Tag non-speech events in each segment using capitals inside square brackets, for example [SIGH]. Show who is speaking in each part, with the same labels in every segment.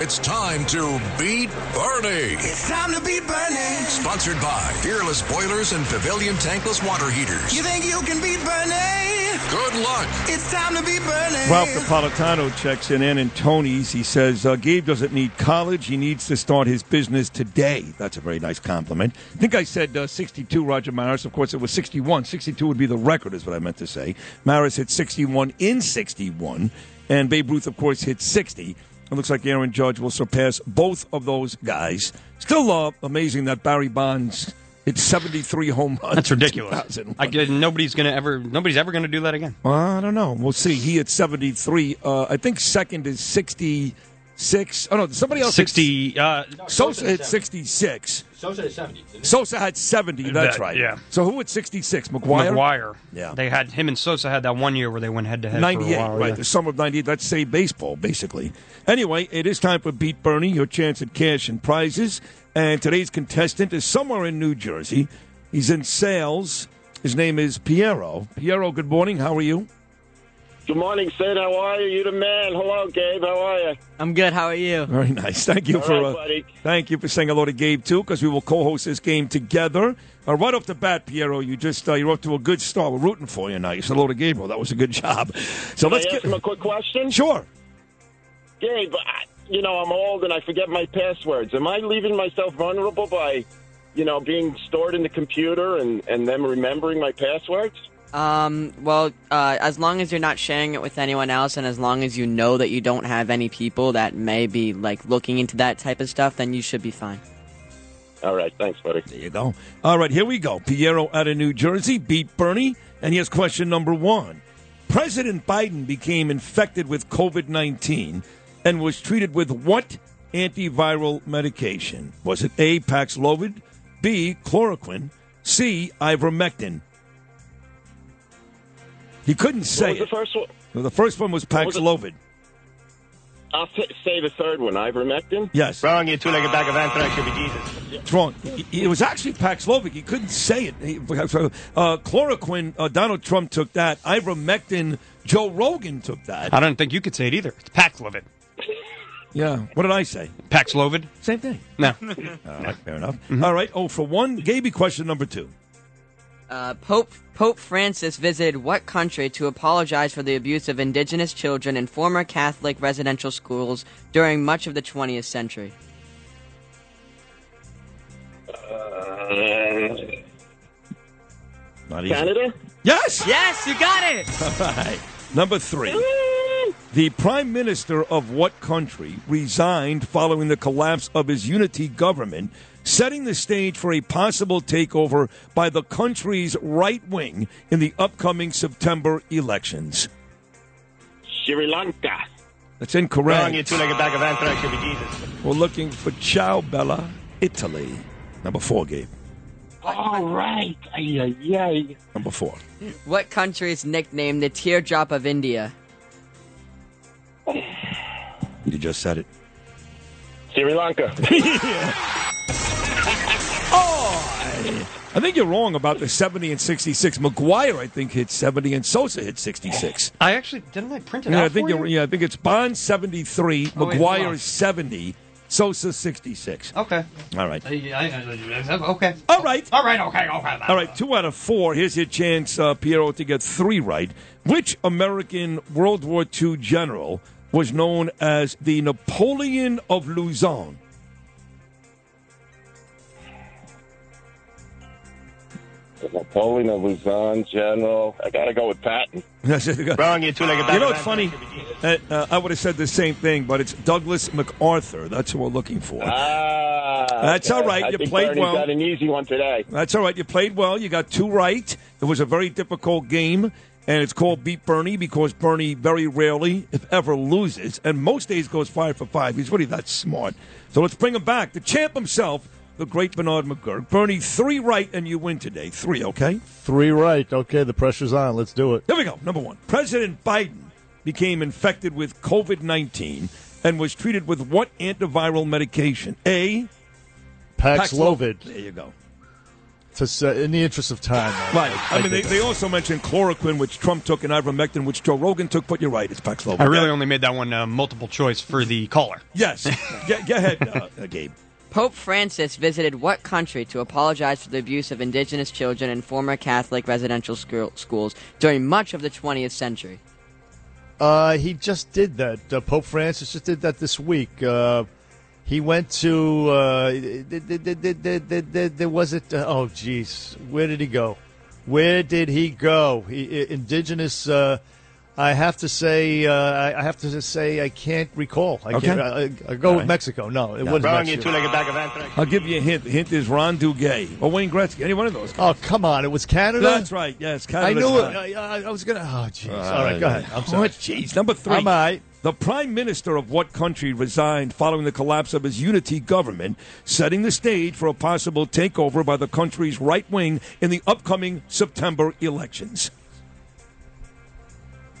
Speaker 1: It's time to beat Bernie.
Speaker 2: It's time to beat Bernie.
Speaker 1: Sponsored by Fearless Boilers and Pavilion Tankless Water Heaters.
Speaker 2: You think you can beat Bernie?
Speaker 1: Good luck.
Speaker 2: It's time to beat Bernie.
Speaker 3: Ralph Napolitano checks in, and Tony's. He says, uh, Gabe doesn't need college. He needs to start his business today. That's a very nice compliment. I think I said uh, 62, Roger Maris. Of course, it was 61. 62 would be the record, is what I meant to say. Maris hit 61 in 61, and Babe Ruth, of course, hit 60. It looks like Aaron Judge will surpass both of those guys. Still uh, amazing that Barry Bonds hit 73 home runs.
Speaker 4: That's
Speaker 3: in
Speaker 4: ridiculous.
Speaker 3: 2001.
Speaker 4: I get, nobody's gonna ever. Nobody's ever gonna do that again.
Speaker 3: Well, I don't know. We'll see. He at 73. Uh, I think second is 66. Oh, no, somebody else. hit-
Speaker 4: Sixty. Uh,
Speaker 3: Sosa hit 66.
Speaker 4: Sosa is seventy.
Speaker 3: Sosa had 70. That's
Speaker 4: That-
Speaker 3: right.
Speaker 4: yeah.
Speaker 3: So who at 66? McGuire?
Speaker 4: McGuire.
Speaker 3: Yeah.
Speaker 4: They had him and Sosa had that one year where they went head to head.
Speaker 3: 98,
Speaker 4: for a while,
Speaker 3: right.
Speaker 4: yeah.
Speaker 3: The summer of 98. Let's say baseball, basically. Anyway, it is time for Beat Bernie, your chance at cash and prizes. And today's contestant is somewhere in New Jersey. He's in sales. His name is Piero. Piero, good morning. How are you?
Speaker 5: Good morning, Sid. How are you? You the man. Hello, Gabe. How are you?
Speaker 6: I'm good. How are you?
Speaker 3: Very nice. Thank you
Speaker 5: All
Speaker 3: for
Speaker 5: right,
Speaker 3: uh,
Speaker 5: buddy.
Speaker 3: thank you for saying hello to Gabe too, because we will co-host this game together. Uh, right off the bat, Piero, you just uh, you're up to a good start. We're rooting for you now. You said hello to Gabriel. That was a good job. So
Speaker 5: Can I
Speaker 3: let's
Speaker 5: ask
Speaker 3: get
Speaker 5: him a quick question?
Speaker 3: sure.
Speaker 5: Gabe, I, you know, I'm old and I forget my passwords. Am I leaving myself vulnerable by, you know, being stored in the computer and, and them remembering my passwords?
Speaker 6: Um, well, uh, as long as you're not sharing it with anyone else, and as long as you know that you don't have any people that may be like looking into that type of stuff, then you should be fine.
Speaker 5: All right. Thanks, buddy.
Speaker 3: There you go. All right, here we go. Piero out of New Jersey beat Bernie, and here's question number one. President Biden became infected with COVID 19 and was treated with what antiviral medication? Was it A, Paxlovid, B, chloroquine, C, ivermectin? He couldn't
Speaker 5: What
Speaker 3: say
Speaker 5: was the
Speaker 3: it.
Speaker 5: first one?
Speaker 3: Well, the first one was
Speaker 5: was it?
Speaker 3: Paxlovid.
Speaker 5: I'll t- say the third one. Ivermectin.
Speaker 3: Yes,
Speaker 7: Wrong, you two-legged bag
Speaker 4: Ah.
Speaker 7: of anthrax, you'll be Jesus.
Speaker 3: it's wrong. It- It was actually Paxlovid. He couldn't say it. He- Uh, chloroquine, uh, Donald Trump took that. Ivermectin, Joe Rogan took that.
Speaker 4: I don't think you could say it either. It's Paxlovid.
Speaker 3: Yeah. What did I say?
Speaker 4: Paxlovid.
Speaker 3: Same thing. [LAUGHS]
Speaker 4: No.
Speaker 3: All right, fair enough. All right, oh for one. Gaby, question number two.
Speaker 6: Uh, Pope Pope Francis visited what country to apologize for the abuse of indigenous children in former Catholic residential schools during much of the 20th century?
Speaker 3: Not easy.
Speaker 5: Uh, Canada.
Speaker 3: Yes!
Speaker 6: Yes, you got
Speaker 3: [LAUGHS]
Speaker 6: it.
Speaker 3: Number three. The prime minister of what country resigned following the collapse of his unity government, setting the stage for a possible takeover by the country's right wing in the upcoming September elections?
Speaker 5: Sri Lanka.
Speaker 3: That's
Speaker 7: Wrong, you
Speaker 3: incorrect.
Speaker 7: two-legged bag of anthrax, you'll be Jesus.
Speaker 3: We're looking for Ciao Bella, Italy. Number four, Gabe.
Speaker 5: All right. Ay, ay, ay.
Speaker 3: Number four.
Speaker 6: What country is nicknamed the teardrop of India?
Speaker 3: You just said it.
Speaker 5: Sri Lanka.
Speaker 3: I think you're wrong about the 70 and 66. McGuire, I think, hit 70, and Sosa hit 66.
Speaker 4: [LAUGHS] I actually didn't. I print it
Speaker 3: Yeah,
Speaker 4: out
Speaker 3: I think
Speaker 4: for
Speaker 3: you're,
Speaker 4: you?
Speaker 3: yeah, I think it's Bond 73,
Speaker 4: Oh, wait, hold
Speaker 3: McGuire
Speaker 4: on. Oh.
Speaker 3: is 70, Sosa 66.
Speaker 4: Okay.
Speaker 3: All right.
Speaker 4: I- I- I- okay.
Speaker 3: All right.
Speaker 4: All right. Okay. Okay.
Speaker 3: All right, two out of four. Here's your chance, uh, Piero, to get three right. Which American World War II general was known as the Napoleon of Luzon?
Speaker 5: [LAUGHS]
Speaker 3: [LAUGHS]
Speaker 5: Napoleon of Luzon, General. I gotta go with Patton.
Speaker 3: you
Speaker 7: Wrong, you two-legged bag
Speaker 3: know
Speaker 7: of
Speaker 3: what's funny?
Speaker 7: anthrax, you'll be Jesus.
Speaker 3: Uh, uh, I would have said the same thing, but it's Douglas MacArthur. That's who we're looking for.
Speaker 5: Ah,
Speaker 3: That's all right.
Speaker 5: I
Speaker 3: You
Speaker 5: think
Speaker 3: played
Speaker 5: Bernie
Speaker 3: well.
Speaker 5: Got an easy one today.
Speaker 3: That's all right. You played well. You got two right. It was a very difficult game, and it's called Beat Bernie because Bernie very rarely, if ever, loses, and most days goes five for five. He's really that smart. So let's bring him back. The champ himself, the great Bernard McGurk. Bernie, three right, and you win today. Three, okay?
Speaker 8: Three right. Okay, the pressure's on. Let's do it.
Speaker 3: Here we go. Number one President Biden became infected with COVID 19 and was treated with what antiviral medication? A.
Speaker 8: Paxlovid.
Speaker 3: There you go.
Speaker 8: to say, uh, in the interest of time. I-
Speaker 3: Right.
Speaker 8: I-
Speaker 3: I,
Speaker 8: I
Speaker 3: mean, they,
Speaker 8: did
Speaker 3: they also mentioned chloroquine, which Trump took, and ivermectin, which Joe Rogan took. But you're right, it's Paxlovid.
Speaker 4: I really only made that one uh, multiple choice for the caller. [LAUGHS]
Speaker 3: Yes. Go go ahead, uh, uh, Gabe.
Speaker 6: Pope Francis visited what country to apologize for the abuse of indigenous children in former Catholic residential school- schools during much of the 20th century?
Speaker 8: that. uh, he just did that. Uh, Pope Francis just did that this week. Uh, he went to. Uh, th- th- th- th- th- th- th- there was it. Uh, oh, jeez, where did he go? Where did he go? He, i- indigenous. Uh, I have to say, uh, I I have to say, I can't recall. I
Speaker 3: Okay.
Speaker 8: can't. uh, I, I, I go
Speaker 3: All
Speaker 8: with
Speaker 3: right.
Speaker 8: Mexico. No, it wasn't
Speaker 7: Wrong, you
Speaker 8: Mexico.
Speaker 7: two-legged bag of anthrax.
Speaker 3: I'll give you a hint. The hint is Ron Duguay or Wayne Gretzky. Any one of those. guys.
Speaker 8: Oh, come on! It was Canada.
Speaker 3: That's right. Yes,
Speaker 8: I
Speaker 3: Canada's
Speaker 8: knew
Speaker 3: right.
Speaker 8: it. I, I- I was gonna. Oh, jeez. All right, go ahead. I'm
Speaker 3: Oh,
Speaker 8: sorry.
Speaker 3: jeez. Number 3
Speaker 8: I'm all right.
Speaker 3: The prime minister of what country resigned following the collapse of his unity government, setting the stage for a possible takeover by the country's right wing in the upcoming September elections?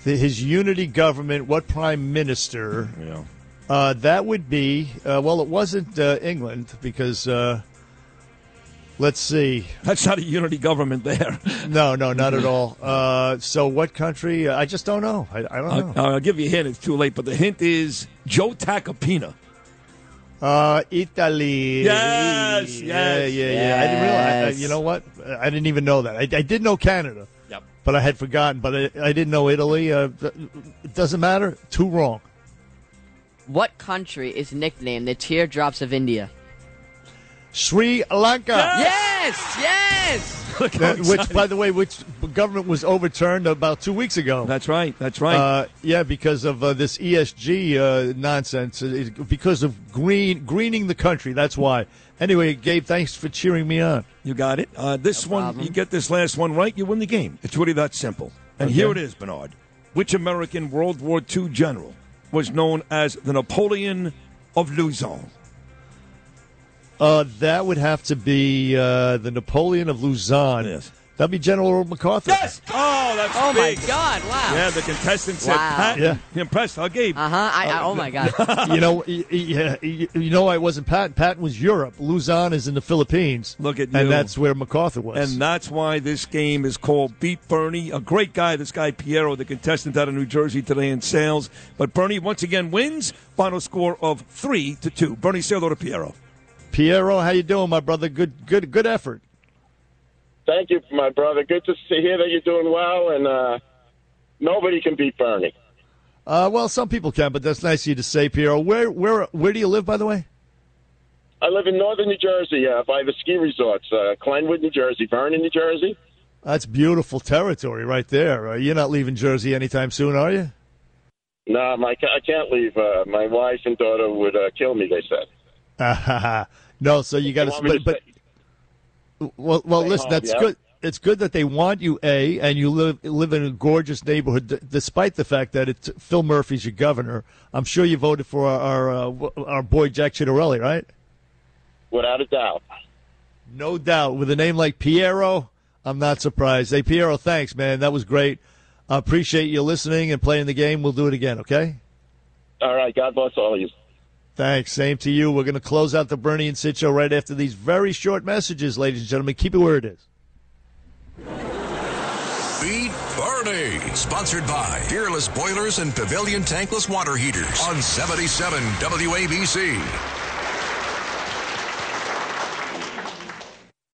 Speaker 8: The- his unity government. What prime minister?
Speaker 3: Yeah.
Speaker 8: Uh, that would be. Uh, well, it wasn't uh, England because. Uh, let's see.
Speaker 3: That's not a unity government there.
Speaker 8: No, no, not at all. Uh, so, what country? I just don't know. I, I
Speaker 3: I'll,
Speaker 8: don't know.
Speaker 3: I'll give you a hint. It's too late, but the hint is Joe Tacopina.
Speaker 8: Uh, Italy.
Speaker 3: Yes,
Speaker 8: Yeah, yeah,
Speaker 3: yes,
Speaker 8: yeah. I didn't realize. I,
Speaker 6: yes.
Speaker 8: you know what? I didn't even know that. I, I did know Canada.
Speaker 3: Yep.
Speaker 8: But I had forgotten. But I, I didn't know Italy. Uh, th- it doesn't matter. Too wrong.
Speaker 6: What country is nicknamed the Teardrops of India?
Speaker 8: Sri Lanka,
Speaker 6: Yes! Yes!
Speaker 3: Look how
Speaker 8: Uh, which,
Speaker 3: excited-
Speaker 8: by the way, which government was overturned about two weeks ago.
Speaker 3: That's right. That's right.
Speaker 8: uh, yeah, because of uh, this ESG uh, nonsense, It- it- because of green greening the country. That's why. Anyway, Gabe, thanks for cheering me on.
Speaker 3: you got it. Uh, this one,
Speaker 6: problem.
Speaker 3: you get this last one right, you win the game. It's really that simple. And here it is, Bernard. Which American World War II general was known as the Napoleon of Luzon?
Speaker 8: Uh, that would have to be uh, the Napoleon of Luzon.
Speaker 3: Yes.
Speaker 8: That'd be General MacArthur.
Speaker 3: Oh, that's
Speaker 6: Oh my
Speaker 3: big.
Speaker 6: god, wow.
Speaker 3: Yeah, the contestant said,
Speaker 6: Wow.
Speaker 3: Pat,
Speaker 8: Yeah.
Speaker 3: impressed. I gave.
Speaker 6: Uh huh. I, I, oh my god.
Speaker 8: you know, y- y- yeah, y- you know, I wasn't Patton. Patton was Europe. Luzon is in the Philippines.
Speaker 3: Look at you.
Speaker 8: and that's where MacArthur was.
Speaker 3: And that's why this game is called Beat Bernie. A great guy, this guy Piero, the contestant out of New Jersey today in sales. But Bernie once again wins. Final score of three to two. Bernie, say hello to Piero.
Speaker 8: Piero, how you doing, my brother? Good, good, good effort.
Speaker 5: Thank you, my brother. Good to see, hear that you're doing well, and uh, nobody can beat Bernie.
Speaker 8: Uh, well, some people can, but that's nice of you to say, Piero. Where, where, where do you live, by the way?
Speaker 5: I live in northern New Jersey uh, by the ski resorts, uh, Glenwood, New Jersey, Vernon, New Jersey.
Speaker 8: That's beautiful territory right there. Uh, you're not leaving Jersey anytime soon, are you? [LAUGHS]
Speaker 5: No, my, I can't leave. Uh, my wife and daughter would uh, kill me, they said.
Speaker 8: Ah, no. So you got
Speaker 5: want me
Speaker 8: but,
Speaker 5: to
Speaker 8: but well, well, listen.
Speaker 5: home,
Speaker 8: That's
Speaker 5: yeah?
Speaker 8: good. It's good that they want you, a, and you live live in a gorgeous neighborhood, d- despite the fact that it's Phil Murphy's your governor. I'm sure you voted for our our, uh, w- our boy Jack Chitterelli, right?
Speaker 5: Without a doubt.
Speaker 8: No doubt. With a name like Piero, I'm not surprised. Hey, Piero, thanks, man. That was great. I appreciate you listening and playing the game. We'll do it again, okay?
Speaker 5: All right, God bless all of you.
Speaker 8: Thanks. Same to you. We're going to close out the Bernie and Sid show right after these very short messages, ladies and gentlemen. Keep it where it is.
Speaker 1: Beat Bernie. Sponsored by Fearless Boilers and Pavilion Tankless Water Heaters on 77 WABC.